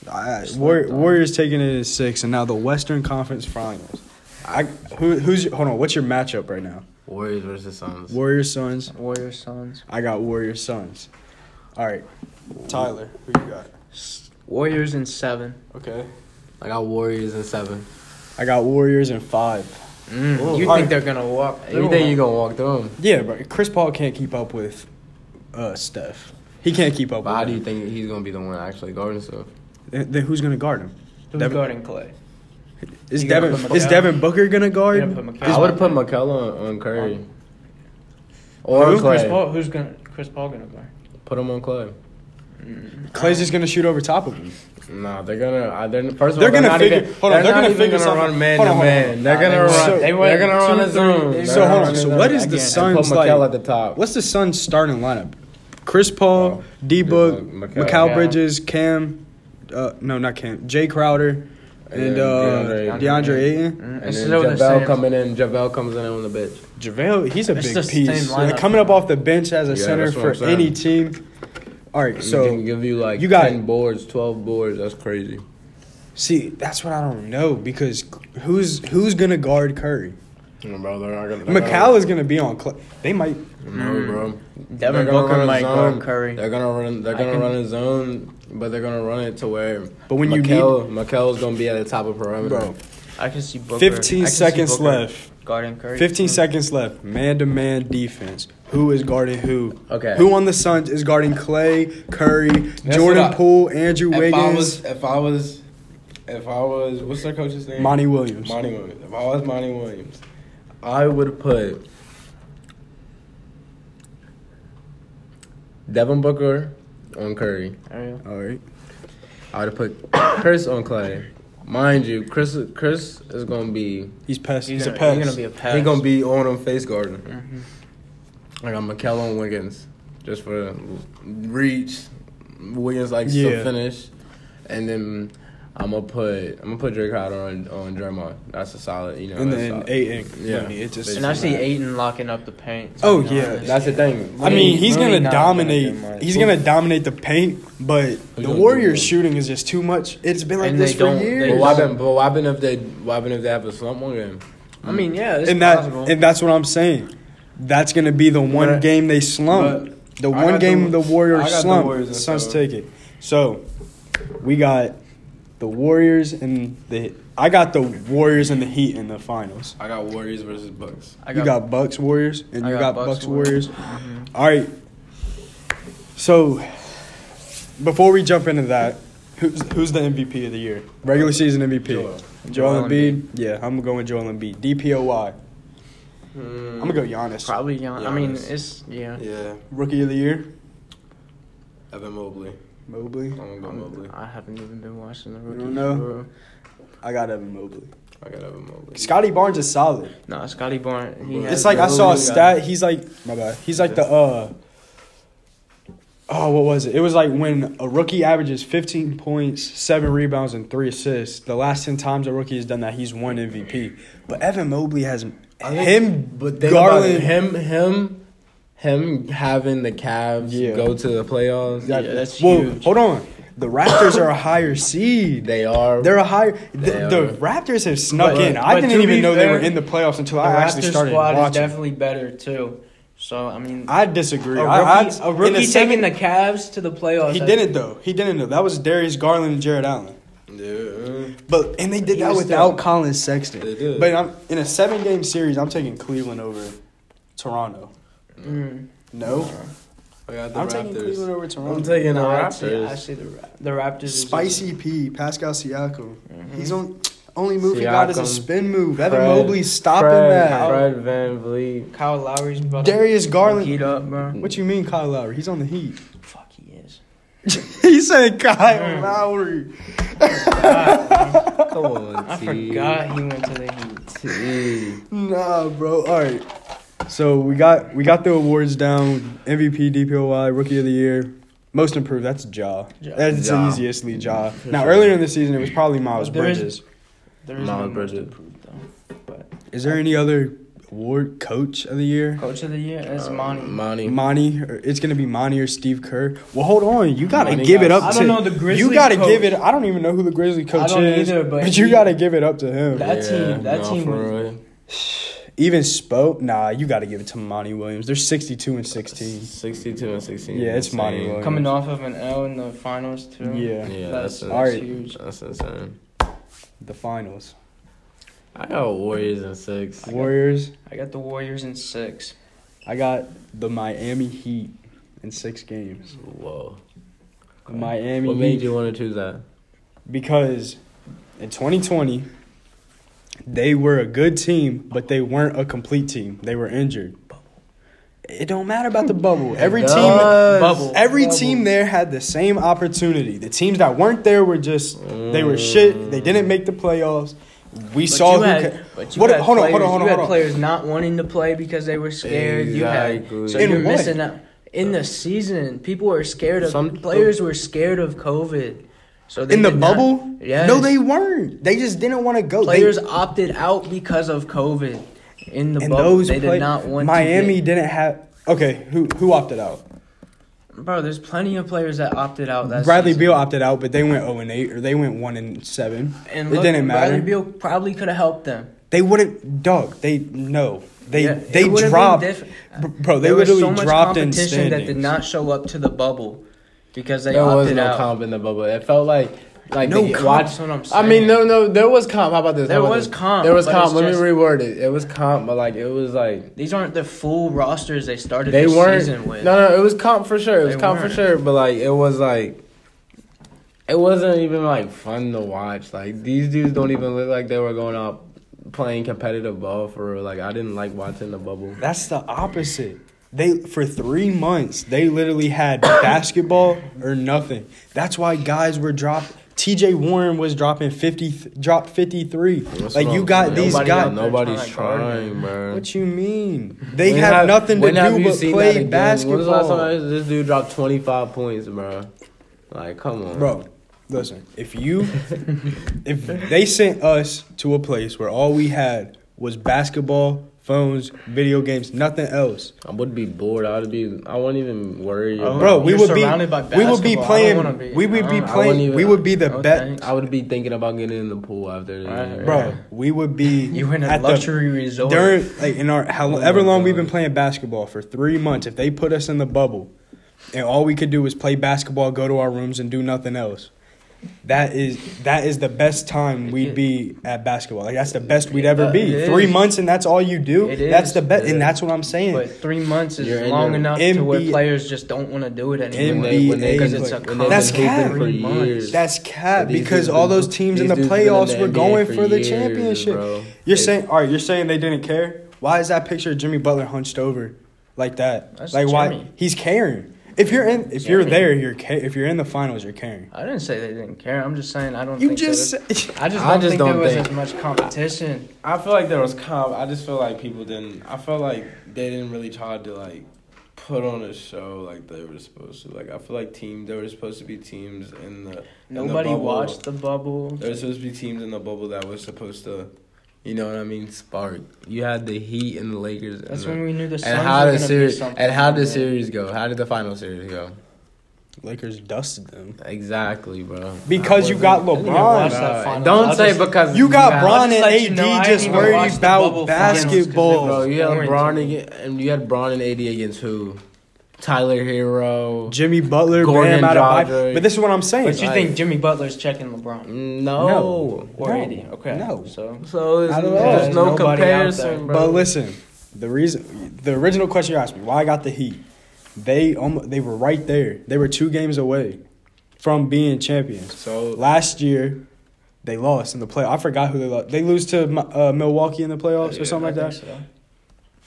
Slept
War,
on.
Warriors taking it at six, and now the Western Conference Finals. I who who's your- hold on? What's your matchup right now?
Warriors versus Suns.
Warriors Suns.
Warriors Suns.
I got Warriors Suns. All right, Tyler, who you got?
Warriors in seven.
Okay,
I got Warriors in seven.
I got Warriors in five.
Mm,
Ooh.
you think
Alright.
they're gonna walk?
You think you gonna walk through him?
Yeah, but Chris Paul can't keep up with uh, Steph. He can't keep up.
But how
with
do you
him.
think he's gonna be the one actually guarding stuff?
Then, then who's gonna guard him?
Who's
Devin-
guarding Clay?
Is
You gotta
Devin
put
is
McCollum.
Devin Booker gonna
You're
guard?
gonna put McCollum
I would have put
in.
McCullough on, on Curry. Or
Who?
Clay.
Chris Paul. Who's gonna Chris Paul gonna guard?
Put him on Clay.
Mm.
Clay's just gonna shoot over top of him.
Nah, they're gonna. Uh, they're first of
They're
all, they're
gonna
not
figure-
even.
hold on,
they're
they're
not
gonna
even
figure
gonna
something-
run man
hold
to
on, hold on,
man. They're
Nah,
gonna
they
run.
went-
so-
they're
went
gonna run
two,
a
three.
zone.
They
They're
So
gonna
hold
run
on.
a
So
zone.
what is
I
the
can't-
Suns
and put
like?
Mikal at the top?
What's the Suns starting lineup? Chris Paul,
Oh,
D Book,
D-Book,
Mikal
Mikal.
Bridges, Cam, uh, no, not Cam, Jay Crowder, and
Yeah,
uh, DeAndre,
DeAndre.
Ayton.
Mm,
And
it's
then
still the
JaVel
same.
coming in. JaVel comes in on the bench.
JaVale, he's a
It's the
big
same
piece.
lineup.
Like, coming up off the bench as a
Yeah,
center
that's what I'm
for
saying.
any team. All right,
So
so
can give you like
you got-
ten boards, twelve boards. That's crazy.
see, that's what I don't know because who's who's gonna guard Curry?
No, bro, they're not gonna. they're
McCall is gonna be on. Cl- they might.
gonna- No, bro.
Devin
They're gonna
Booker
run a
might guard
zone.
Curry.
They're gonna run. They're
I
gonna
can-
run a zone, but they're gonna run it to where.
But when you
Mikel, Mikel's gonna be at the top of perimeter.
Bro,
I can see Booker. I
15
can see
seconds
Booker
left.
Guarding Curry.
15
Mm.
seconds left. Man to man defense. Who is guarding who?
Okay.
Who on the Suns is guarding Clay, Curry,
what
Jordan
I-
Poole, Andrew
If I was,
Wiggins,
if I was, if I was, what's their coach's name?
Monty Williams?
Monty Williams. If I was Monty Williams, I would put Devin Booker on Curry.
There you go.
All right.
I would put Chris on Clay. Mind you, Chris Chris is gonna be
He's pest. He's,
gonna,
a pest.
He's gonna be a pest.
he gonna be on him face guarding.
Mhm.
I got McKell on Wiggins just for reach. Wiggins likes
Yeah.
to finish, and then I'm gonna put I'm gonna put Drake Crowder on on Draymond. That's a solid, you know.
and
that's
then
solid.
eight and
Yeah.
Looney. It just.
And I see Aiden locking up the paint. to
Oh,
be
yeah.
honest.
That's the thing.
I mean,
Looney-
he's
Looney
gonna
not gonna
dominate.
do much.
he's gonna dominate the paint, but the
gonna do
Warriors
much.
shooting is just too much. It's been like
And
this
they
for
don't- they
years.
But why been but why been if they why been if they have a slump on him?
I mean, yeah, it's
and that
possible.
and that's what I'm saying. That's gonna be the one
But-
game they slump. the
I
one
got
game
the-
the, Warriors
I got the
slump. The
Warriors in
Suns
seven.
take it. So we got the Warriors and the I got the Warriors and the Heat in the finals.
I got Warriors versus Bucks.
I
you got Bucks Warriors and
I
you
got
got,
Bucks, Mm-hmm.
Bucks, Warriors. All right. So before we jump into that, who's who's the MVP of the year? Regular season MVP.
Joel.
Joel,
Joel
Embiid. Yeah, I'm going with Joel Embiid. DPOY. I'm gonna go Giannis.
probably Gian. I mean,
Giannis.
it's yeah.
Yeah,
Rookie of the year,
Evan Mobley.
Mobley.
I'm gonna go Mobley.
I haven't even been watching the
don't
rookie.
know?
bro.
I got Evan Mobley.
I got Evan Mobley.
Scotty Barnes is solid.
No, Scotty Barnes. He
It's
has
It's like I
the-
saw a
Mobley, yeah.
stat. He's like my bad. He's like the uh. Oh, what was it? It was like when a rookie averages 15 points, seven rebounds, and three assists. The last 10 times a rookie has done that, he's won MVP. But Evan Mobley has
I think-
him,
But think about
Garland,
it. him, him, him having the Cavs
Yeah.
go to the playoffs.
Yeah, that's
Whoa,
huge.
hold on. The Raptors are a higher seed.
They are.
They're a higher. The,
They are.
the Raptors have snuck
But-
in. I
but
didn't
to
even
be
know they were
fair,
in the playoffs until
The
I actually
Raptors
started
squad is
watching.
definitely better too. So I mean,
I disagree.
a rookie,
I, I,
a
in
rookie
the
taking
seven-
the Cavs to the playoffs.
He
I-
didn't though. He didn't though. That was Darius Garland and Jared Allen.
Yeah.
But and they did
He
that
was
without
still-
Colin Sexton.
They did.
But I'm in a seven game series. I'm taking Cleveland over Toronto.
Mm.
No.
I got the
I'm taking
Raptors.
Cleveland over Toronto.
I'm taking the
No, I'd say- I
Raptors.
see the Ra- the Raptors. is just-
Spicy P, Pascal Siakam.
Mhm.
He's on only move he got is a
Siakam.
spin move. Evan
Fred-
Mobley's stopping
Fred,
that.
Fred Van Vliet.
Kyle Lowry's about
Darius
to
Garland.
heat up, bro.
What you mean, Kyle Lowry? He's on the Heat.
Fuck, he is.
he said Kyle
Mm.
Lowry.
Come on,
I
T. Mm.
forgot he went to the Heat.
T.
Nah, bro. All right. So we got we got the awards down. MVP, DPOY, Rookie of the Year, Most Improved. That's Ja.
Ja.
That's
Ja.
easiestly Ja.
For
Now
sure.
earlier in the season, it was probably Miles
But there is-
Bridges.
There is
Miles
no most
Bridges.
improved though.
Is there any other award? Coach of the Year.
Coach of the year
Uh,
is Monty.
Uh, Monty.
Monty, or it's gonna be Monty or Steve Kerr. Well, hold on, you gotta
Monty
give it
got-
up.
I
to,
don't know the Grizzlies
You gotta
coach.
give it. I don't even know who the Grizzly coach
don't
is,
either, but
you
he-
gotta give it up to him.
That team- that
no,
team
for
was-
real.
Even Spoke, nah, you gotta give it to Monty Williams. They're sixty-two and sixteen.
62 and 16.
Yeah, it's Monty
Insane.
Williams.
Coming off of an L in the finals too.
Yeah,
Yeah, that's,
that's, that's
that's,
Alright.
huge.
that's insane.
the finals.
I got Warriors in six.
Warriors.
I got the Warriors in six.
I got the Miami Heat in six games.
Whoa.
The Miami
What
Heat
made you want to choose that?
because in twenty twenty. They were a good team, but they weren't a complete team. They were injured. It don't matter about the bubble. Every
It
team
does.
Bubble.
Every
Bubble.
team there had the same opportunity. The teams that weren't there were just they were shit. They didn't make the playoffs. We
But
saw
you
who.
had-
ca-
but you
What-
had
hold on, hold on,
players-
hold
You
on,
had
hold on.
players not wanting to play because they were scared. You had so
Exactly.
In
you're
what?
missing out in the season. People were scared of
Some-
players were scared of COVID. So they
in the
did not-
bubble?
Yes.
No, they weren't. They just didn't want to go. They-
players opted out because of COVID. In the
and
bubble,
those
they
play-
did not want to
Miami
get-
didn't have. Okay, who who opted out?
Bro, there's plenty of players that opted out. That
Bradley
season.
Beal opted out, but they went zero and eight, or they went one and seven.
And
it
look,
didn't matter.
Bradley Beal probably could have helped them.
They wouldn't. Dog. They no. They
Yeah, it
they
would've been
dropped.
diff-
Br- Bro, they
there was
literally
so much
dropped in
competition that did
standings.
not show up to the bubble because they
There was
opted
no
out.
comp in the bubble. It felt like like
No
they
comp,
watched.
that's what I'm
I mean,
saying.
no, no, there was comp. How about this? How
There
about
was
this?
comp,
There was
but
comp.
it's
Let
just-
me reword it. It was comp, but like it was like
These aren't the full rosters they started
they
the
weren't.
season with.
No, no, it was comp for sure. It was
They
comp
weren't.
for sure. But like it was like it wasn't even like fun to watch. Like these dudes don't even look like they were going out playing competitive ball for real. Like I didn't like watching the bubble.
That's the opposite. They for three months they literally had basketball or nothing. That's why guys were dropped. T.J. Warren was dropping fifty, dropped fifty three.
What's
Like you
wrong?
got
Nobody
these
got-
guys.
Nobody's
They're trying to guard
trying, man.
What you mean? They
When
have,
have-
nothing to
when have
do
you
but
seen that
play
again? When was the last
basketball,
time this dude dropped 25 points, bro? Like, come on.
bro. Listen, if you if they sent us to a place where all we had was basketball, phones, video games, nothing else,
I would be bored. I would be, I wouldn't even worry.
Oh,
about-
Bro, we
You're
would be
surrounded by
we would be
basketball. I don't
playing
wanna be-
we would
I
be
don't- I
playing
wouldn't
we
even-
would be the
No
best
thanks.
I would be thinking about getting in the pool after this.
Right.
bro. We would be
You were in a
at the-
luxury resort.
during like in our however
my
long we've been
God.
playing basketball for three months. If they put us in the bubble, and all we could do is play basketball, go to our rooms, and do nothing else. That is that is the best time we'd be at basketball. Like that's the best we'd ever be.
It
Three
is.
months and that's all you do.
It
That's
is.
the best,
Yeah.
and that's what I'm saying.
but three months is
You're in
long
the
enough to where
NBA
players just don't want to do it
When
anymore.
they, when they,
NBA
because it's a
play-
when
That's
they've been hooping
cap.
for
Three months.
years.
That's cat
But these
because
dudes
all
been-
those teams in
these
the
dudes been
playoffs
the
were
NBA
going for the
years,
championship.
bro.
You're
They-
saying all right, you're saying they didn't care? Why is that picture of Jimmy Butler hunched over like that?
That's
like why
Jimmy.
he's caring. If you're in if you're
Jimmy.
there, you're ca- if you're in the finals, you're caring.
I didn't say they didn't care. I'm just saying I don't.
You
think
just
there
said-
was- I just
I
don't
just
think
don't
there was
think-
as much competition.
I feel like there was comp. I just feel like people didn't. I felt like they didn't really try to like put on a show like they were supposed to. Like I feel like team there were supposed to be teams in the
Nobody
bubble.
watched the bubble.
there were supposed to be teams in the bubble that was supposed to.
You know what I mean? Spark. You had the Heat and the Lakers. and
That's
the-
when we knew the Suns
and how
were
did
gonna be
series
something.
and how did
man.
series go? How did the final series go?
Lakers dusted them.
Exactly, bro.
Because
I
you got
wasn't-
LeBron.
watch
Bro,
that final.
Don't
I'll
say
just-
because
You got
had-
Bron and
let you
AD
know, I
just
ain't even
worried
watched the
about
bubble finals 'cause it
Bro,
basketball.
you had
Orange.
Bron against, and you had Bron and AD against who? Tyler Hero.
Jimmy Butler,
Gordon
Bam out of
Dragic.
But this is what I'm saying.
But you think Jimmy Butler's checking LeBron
No.
or
No.
eighty? Okay,
No.
So
So it's,
Not at all.
there's no
Nobody out there.
comparison, bro.
But listen, the reason, the original question you asked me, why I got the Heat, They almost, they were right there. They were two games away from being champions.
So
Last year, they lost in the play. I forgot who they lost. They lose to uh, Milwaukee in the playoffs or
Yeah,
something like
I think
that.
so.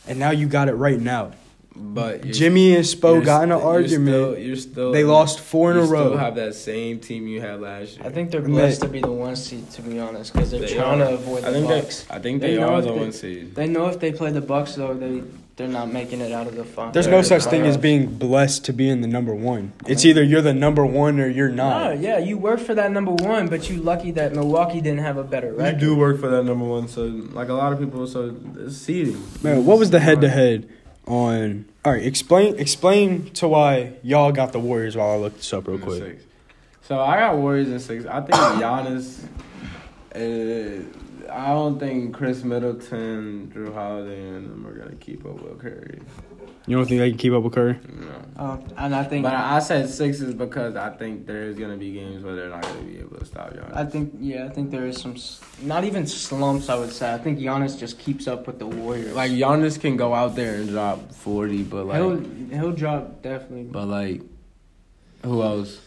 And now you got it right now.
but you're-
Jimmy and Spo
you're
got in an
st- you're
argument.
still- You're still
they lost four in
you
a
still
row.
have that same team you had last year.
I think they're
They-
blessed to be the one seed, to be honest, because they're
They
trying
are.
to avoid
I
the
think
Bucks.
they, I think
They
they,
know
are
if
the
they-
one seed.
They know if they play the Bucks, though, they they're not making it out of the final.
There's
Yeah,
no such
it's
thing
not
as
us.
being blessed to be in the number one. It's either you're the number one or you're
No,
not.
yeah, you work for that number one, but you lucky that Milwaukee didn't have a better
You
record.
do work for that number one, so like a lot of people, so it's seeding.
Man, what was the head to head on? All right, explain explain to why y'all got the Warriors while I look this up real
In the
quick.
six. So I got Warriors in six. I think Giannis. Uh, I don't think Chris Middleton, Drew Holiday, and them are gonna keep up with Curry.
You don't think they can keep up with Curry?
No.
Uh, and I think
But I I said six is because I think there's gonna be games where they're not gonna be able to stop Giannis.
I think yeah, I think there is some s- not even slumps. I would say I think Giannis just keeps up with the Warriors.
like Giannis can go out there and drop forty, but like,
he'll he'll drop definitely.
but like, who else?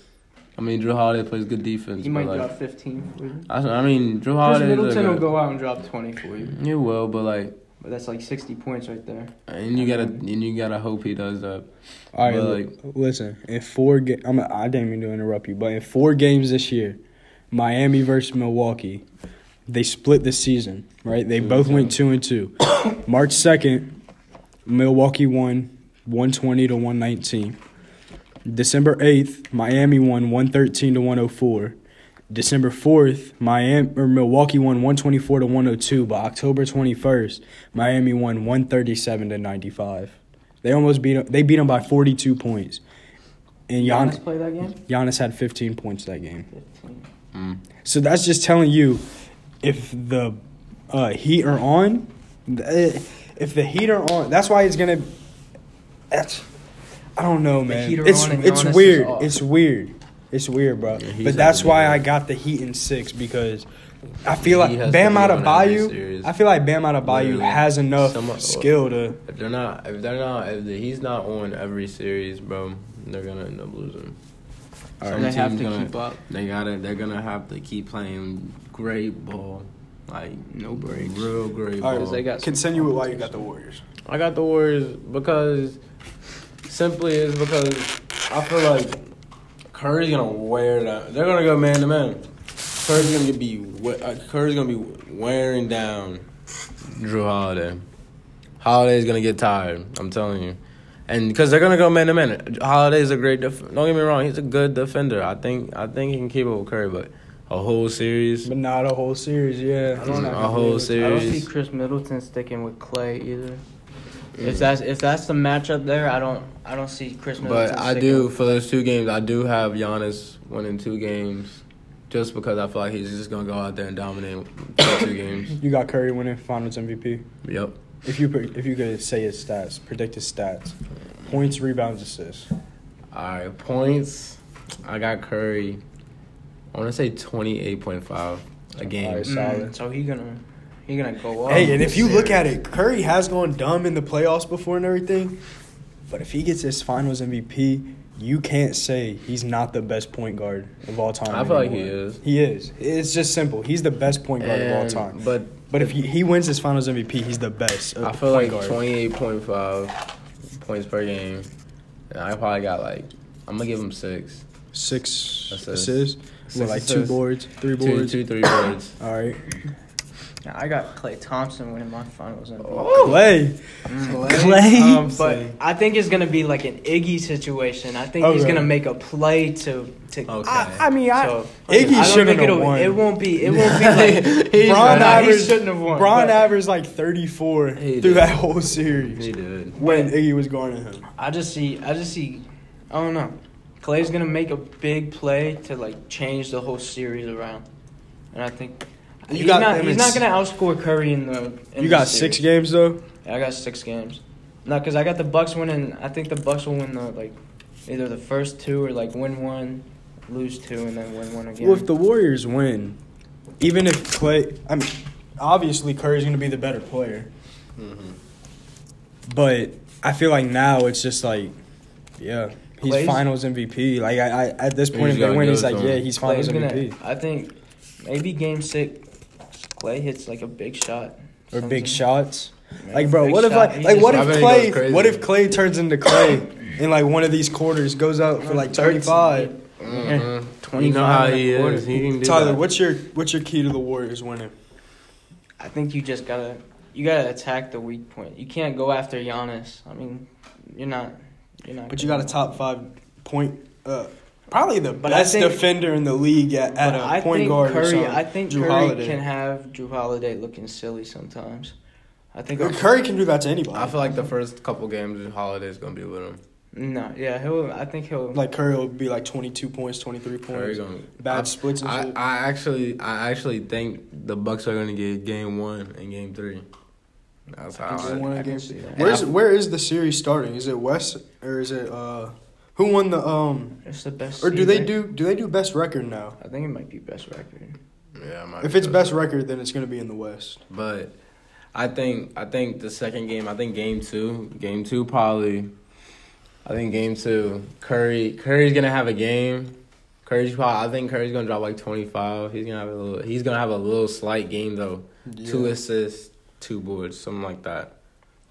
I mean, Drew Holiday plays good defense.
He
but
might
like,
drop 15 for you.
I, I mean, Drew
Chris
Holiday.
Middleton will go out and drop 20 for you,
You will, but like,
but that's like 60 points right there.
and you gotta, and you gotta hope he does that.
All right,
But,
li- listen. In four, ga- I'm I didn't mean to interrupt you, but in four games this year, Miami versus Milwaukee, they split the season. Right, they
Two and
both went
two.
two and two. March second, Milwaukee won one twenty to one nineteen. December eighth, Miami won one thirteen to one oh four. December fourth, Miami or Milwaukee won one twenty four to one oh two. By October twenty first, Miami won one thirty seven to ninety five. They almost beat 'em- they beat them by 42 points. And Gian,
Giannis play that game?
Giannis had 15 points that game.
15.
So that's just telling you if the uh, Heat are on, th- if the Heat are on, that's why it's going to that's I don't know, man.
Heat are
It's
on and
it's
Giannis is
weird.
off.
It's weird. It's weird, bro.
Yeah, he's
but that's
up
why
there.
I got the Heat in 6 because I feel
He
like
has
Bam
to be
out
on
of
every
Bayou.
series.
I feel like Bam out of Bayou
Literally.
has enough
Somewhat-
skill to
If they're not, if they're not, if the, he's not on every series, bro, they're gonna end up losing.
So
Some
they have
team's
to
gonna-
keep up.
They gotta, they're gonna have to keep playing great ball, like
No breaks.
real
All right,
great ball.
Because they got some
continue with why you got the Warriors.
I got the Warriors because simply is because I feel like Curry's gonna wear down. They're gonna go man to man. Curry's gonna be we- uh, Curry's gonna be wearing down Drew Holiday. Holiday's gonna get tired. I'm telling you. And because they're gonna go man to man, Holiday's a great. Def- don't get me wrong, he's a good defender. I think I think he can keep up with Curry, but a whole series,
But not a whole series, yeah.
a whole
I don't
series.
see Chris Middleton sticking with Clay either. If that's if that's the matchup there, I don't I don't see Chris Middleton.
But I
sticking
do
with-
for those two games. I do have Giannis winning two games, just because I feel like he's just gonna go out there and dominate the two games.
You got Curry winning Finals MVP.
Yep.
If you pre- if you could say his stats, predict his stats, points, rebounds, assists.
All right. Points. I got Curry. I want to say twenty eight point five a game.
Nice. solid.
Mm, so he gonna he gonna go up.
Hey, and if you look at it, Curry has gone dumb in the playoffs before and everything, but if he gets his Finals MVP, you can't say he's not the best point guard of all time.
I feel like he
anymore.
is.
He is. It's just simple. He's the best point guard of all
And-
time. But,
But
if he, he wins his Finals MVP, he's the best. uh,
I feel
point
like
guard.
twenty eight point five points per game, and I probably got like I'm gonna give him six.
six
Assists.
assists,
Six
What, like two
assists.
boards, three
Two,
boards.
two, three boards.
All right,
I got Clay Thompson winning my finals. MVP.
Oh,
Clay.
Mm,
Clay.
Um, but I think it's gonna be like an Iggy situation. I think he's
Okay.
gonna make a play to to.
Okay.
I, I mean, I,
So,
Iggy
I don't
shouldn't
think
have
it'll.
won.
It won't be. It won't be like.
He's
Bron
not-
he
averaged-
shouldn't have won.
Braun
but
averaged like 34
He
through
did.
that whole series
He did.
when Iggy was guarding him.
I just see. I just see. I don't know. Clay's gonna make a big play to like change the whole series around, and I think.
You
he's
got
not,
them
he's
in
not
s-
gonna outscore Curry in the. In
You
the
got
series.
six games though.
Yeah, I got six games. No, because I got the Bucks winning. I think the Bucks will win the like either the first two or like win one, lose two, and then win one again.
Well, if the Warriors win, even if Clay, I mean, obviously Curry's going to be the better
Mm-hmm.
player, but I feel like now it's just like yeah, he's
Clay's-
Finals MVP. Like I, I at this point, if
He's
they
gotta
win,
go
he's like,
somewhere.
yeah, he's Finals
Clay's gonna.
MVP
I think maybe game six, Clay hits like a big shot.
or
Something.
big shots.
Man,
Like, bro,
big
what if
shot.
like,
He's
like
just
what
I
if
bet he goes
Clay,
crazy.
what if Clay turns into Clay in like one of these quarters, goes out for like thirty five?
Mm-hmm.
Mm-hmm.
You know how
25 and a
he
quarter.
is. He can do
Tyler,
that.
what's your what's your key to the Warriors winning?
I think you just gotta you gotta attack the weak point. You can't go after Giannis. I mean, you're not you're not.
But you got
gonna-
a top five point, uh, probably the
But I
best
think-
defender in the league at, at
But
a
I
point
think
guard. or
Curry,
something.
I think
Drew
Curry
Holiday.
can have Drew Holiday looking silly sometimes. I think
Curry can do that to anybody.
I feel like the first couple games, Holiday's gonna be with him.
No, yeah, he'll. I think he'll.
like Curry will be like twenty two points, twenty three
Curry
points,
gonna.
bad
I-
splits and
I,
shit.
I actually I actually think the Bucks are gonna get game one and game three. That's how
Game
I,
one
I
and
can
game-
see that.
Where's where is the series starting? Is it West or is it uh? Who won the um?
It's the best.
Or do they
seed, right?
do do they do best record now?
I think it might be best record.
yeah. I might
If it's
go.
best record, then it's gonna be in the West.
But I think I think the second game, I think game two, game two probably. I think game two, Curry Curry's gonna have a game. Curry's probably I think Curry's gonna drop like twenty five. He's gonna have a little. He's gonna have a little slight game though. Two assists, two boards, something like that.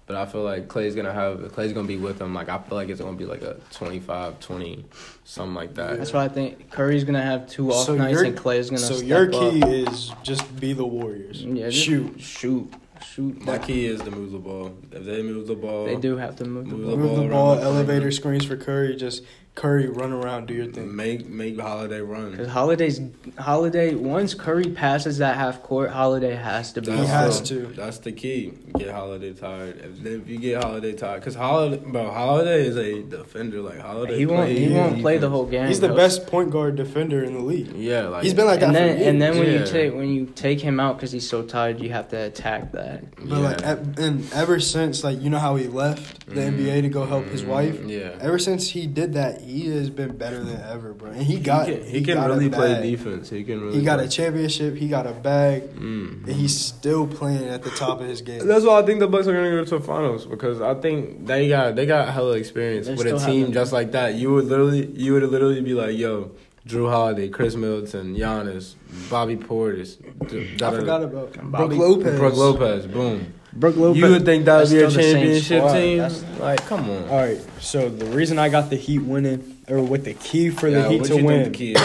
But I feel like Clay's gonna have Clay's gonna be with him. Like I feel like it's gonna be like a 25, 20, something like that.
That's why I think Curry's gonna have two off
So
nights
your-
and Clay's gonna.
So
step
your
up.
key is just be the Warriors.
Yeah, just
Shoot.
shoot, shoot.
My key is to move the ball. If they move the ball,
They do have to move the
Move
ball.
the
Move the
ball around
ball,
the perimeter.
elevator screens for Curry. Just Curry, run around, do your thing.
Make make Holiday run.
Because Holiday's Holiday once Curry passes that half court, Holiday has to be.
He
That's
has
the-
to.
That's the key. Get Holiday tired. If, if you get Holiday tired, because Holiday, bro, Holiday is a defender. Like Holiday,
He won't. He
plays
won't play the
defense.
whole game.
He's the
though.
best point guard defender in the league.
Yeah, like
He's been like that
And then
for years.
and then when
Yeah.
you take when you take him out because he's so tired, you have to attack that.
But like,
yeah.
ev- and ever since like you know how he left the
Mhm.
NBA to go help his
Mhm.
wife.
Yeah,
Ever since he did that, he has been better than ever, bro. And he got
he can, he
got
can
a
really play
bag.
defense. He can really.
He got
play.
a championship. He got a bag.
Mm.
And he's still playing at the top of his game.
That's why I think the Bucks are gonna go to the finals because I think they got they got hella experience
They
with a
still have
team
that.
just like that. You would literally you would literally be like, yo, Drew Holiday, Chris Middleton, Giannis, Bobby Portis, d- da-
I
da-
forgot about
Bobby-
Brooke Lopez.
Brook Lopez, boom.
Brooke
You would think that would
That's
be a
still the same
championship
squad.
team?
That's-
like, come on.
All right. So the reason I got the Heat winning, or what the key for the
Yeah,
Heat
what
to
you think
win,
the key is?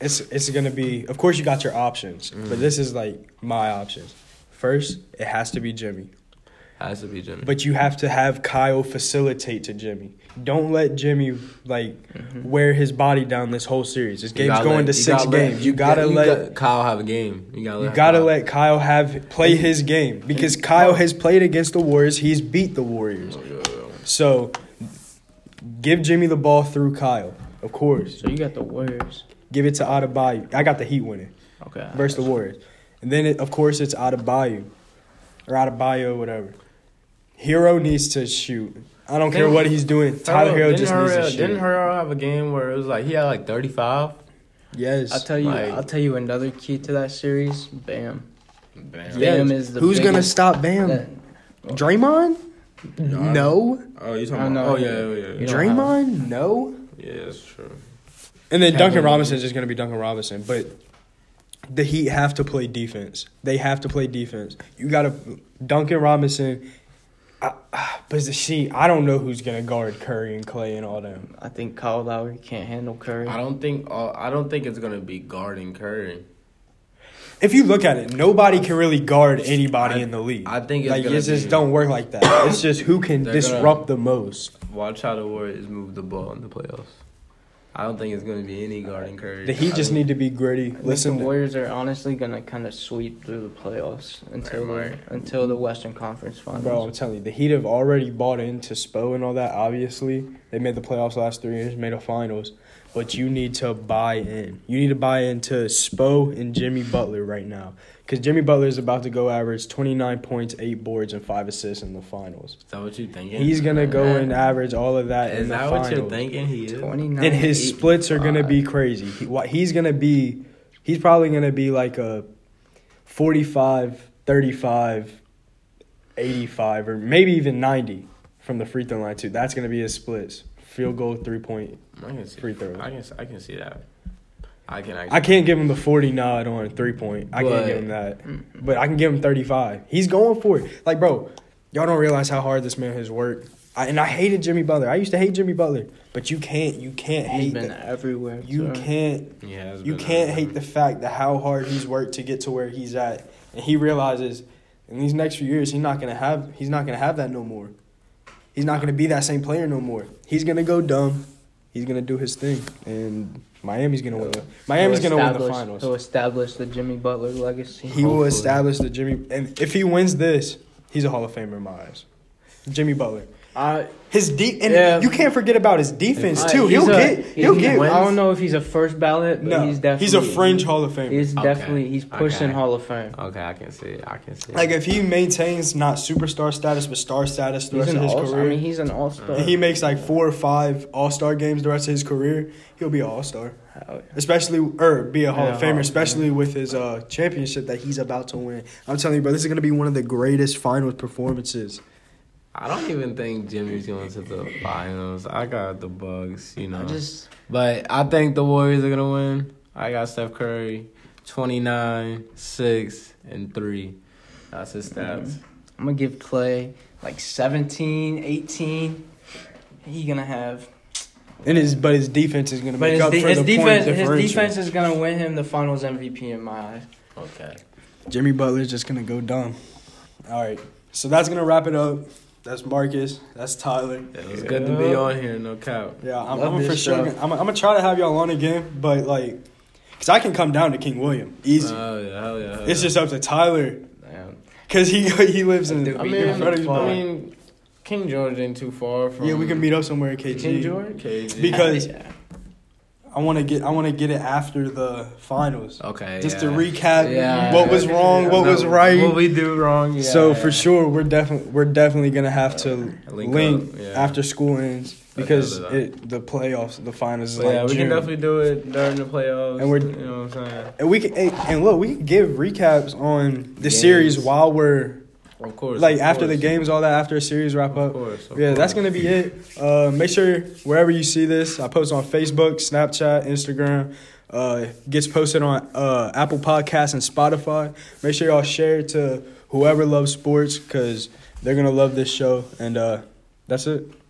it's it's gonna be. Of course, you got your options,
Mm.
but this is like my options. First, it has to be Jimmy,
Has to be Jimmy.
but you have to have Kyle facilitate to Jimmy. Don't let Jimmy like wear his body down this whole series. This
Mm-hmm. You
game's
gotta
going
let-
to
you
six
gotta
games. you gotta
you
let
got- Kyle have a game. You gotta let
You gotta
Kyle.
let Kyle have play his game because Kyle has played against the Warriors. He's beat the Warriors. So give Jimmy the ball through Kyle, of course.
So you got the Warriors.
Give it to Adebayo. I got the Heat winning
Okay.
versus the Warriors, and then it, of course it's Adebayo or Adebayo, whatever. Hero needs to shoot. I don't care
Didn't-
what he's doing. Tyler Hero just
didn't
needs to
Herro- Didn't
shoot.
Herro have a game where it was like he had like thirty five?
I'll
Yes.
tell you.
Like-
I'll tell you another key to that series. Bam.
Bam.
Yeah.
Bam is the.
Who's gonna
biggest-
stop Bam?
that-
Draymond?
No.
No.
Oh, you
I
talking
know.
about? Oh yeah, oh, yeah,
You
yeah.
don't have-
Draymond? No.
Yeah, that's true.
And then
Kevin
Duncan
Love.
Robinson is just going to be Duncan Robinson, but the Heat have to play defense. They have to play defense. You got to Duncan Robinson. I, ah, but the see, I don't know who's going to guard Curry and Clay and all them.
I think Kyle Lowry can't handle Curry.
I don't think all, I don't think it's gonna be guarding Curry.
If you look at it, nobody can really guard anybody
I-
in the league.
I think it's
like
gonna
it just
be-
don't work like that. It's just who can
They're gonna-
disrupt the most.
Watch how the Warriors move the ball in the playoffs. I don't think it's gonna be any guarding Curry.
The Heat
I
just
think-
need to be gritty.
I think
Listen,
the
to,
Warriors are honestly gonna kind of sweep through the playoffs until
Right, right.
the, until the Western Conference Finals.
bro, I'm telling you, the Heat have already bought into Spo and all that. Obviously, they made the playoffs last three years, made a finals, but you need to buy in. You need to buy into Spo and Jimmy Butler right now, because Jimmy Butler is about to go average twenty nine points, eight boards, and five assists in the finals.
Is that what you thinking?
He's gonna go
Yeah.
and average all of that in
Is
the
that
finals.
what you're thinking? He is.
29
And his
eight,
splits are gonna
five.
be crazy. He, wha- he's gonna be, he's probably gonna be like a 45, 35, 85, or maybe even 90
from the free throw line too. That's gonna be his splits: field goal, three point.
I can see.
Free throws.
I can. I can see that. I can. Actually,
I can't give him the forty nod on three point. I can't
But-
give him that, but I can give him thirty five. He's going for it. Like bro, y'all don't realize how hard this man has worked. I, and I hated Jimmy Butler. I used to hate Jimmy Butler, but you can't. You can't
He's
hate.
been
The,
everywhere.
you
so-
can't
He has
You
been
can't
that
hate the fact that how hard he's worked to get to where he's at, and he realizes in these next few years he's not gonna have he's not gonna have that no more. He's not gonna be that same player no more. He's gonna go dumb. He's gonna do his thing, and Miami's gonna win. The, Miami's
He'll
gonna win the
establish-
finals.
He'll establish the Jimmy Butler legacy.
He will establish the Jimmy, and if he wins this, he's a Hall of Famer in my eyes. Jimmy Butler,
I
his deep, and
Yeah.
you can't forget about his defense
Uh,
too.
he's
He'll
a-
get,
he's-
he'll
he-
get.
I don't know if he's a first ballot, but
No,
he's definitely.
he's a fringe Hall of Famer.
He's
Okay.
definitely he's pushing
Okay.
Hall of Fame.
okay. I can see. it. I can see. it.
Like if he maintains not superstar status but star status the
He's
rest
an
of his
all.
career,
I mean, he's an all star.
and he makes like four or five All Star games the rest of his career, he'll be an All Star. Especially or be a Hall
Yeah,
of Famer,
Hall of
especially with his uh, championship that he's about to win. I'm telling you, bro, this is gonna be one of the greatest finals performances.
I don't even think Jimmy's going to the finals. I got the Bugs, you know.
I just
but I think the Warriors are gonna win. I got Steph Curry, twenty nine, six, and three. That's his stats.
I'm gonna give Clay like 17, 18. He gonna have.
And his but his defense is gonna
But
make
his,
up
de-
for
his
the
defense,
point
his
differential.
defense is gonna win him the Finals MVP in my eyes.
Mm-hmm. Okay.
Jimmy Butler's just gonna go dumb. All right, so that's gonna wrap it up. That's Marcus. That's Tyler.
It was good to be on here, no cap.
Yeah, I'm,
Love
I'm for
this
sure.
stuff.
Gonna, I'm, I'm gonna try to have y'all on again, but like, cause I can come down to King William easy.
Oh yeah, hell yeah.
Uh,
hell
it's
yeah.
just up to Tyler,
Damn.
cause he he lives in.
Dude,
I
we
mean,
can have
I
fun.
mean, King George ain't too far from.
yeah, we can meet up somewhere at KG.
King George. KG.
Because-
Yeah.
I want to get I want to get it after the finals,
Okay.
just to
yeah.
recap
Yeah.
what was wrong, what
No,
was right.
What we do wrong. Yeah,
so for
yeah.
sure, we're definitely we're definitely gonna have to
Link
link,
up, yeah.
after school ends because
that.
it the playoffs, the finals is
But
like
yeah, we
June.
can definitely do it during the playoffs.
And we're-
you know what I'm saying.
and we can and, and look, we can give recaps on the series while we're
Of course.
like
of
after the
course.
games, all that after a series wrap
Of
up.
course. of
Yeah, that's
course.
gonna be it. Uh, make sure wherever you see this, I post on Facebook, Snapchat, Instagram. Uh, gets posted on uh, Apple Podcasts and Spotify. Make sure y'all share it to whoever loves sports because they're gonna love this show. And uh, that's it.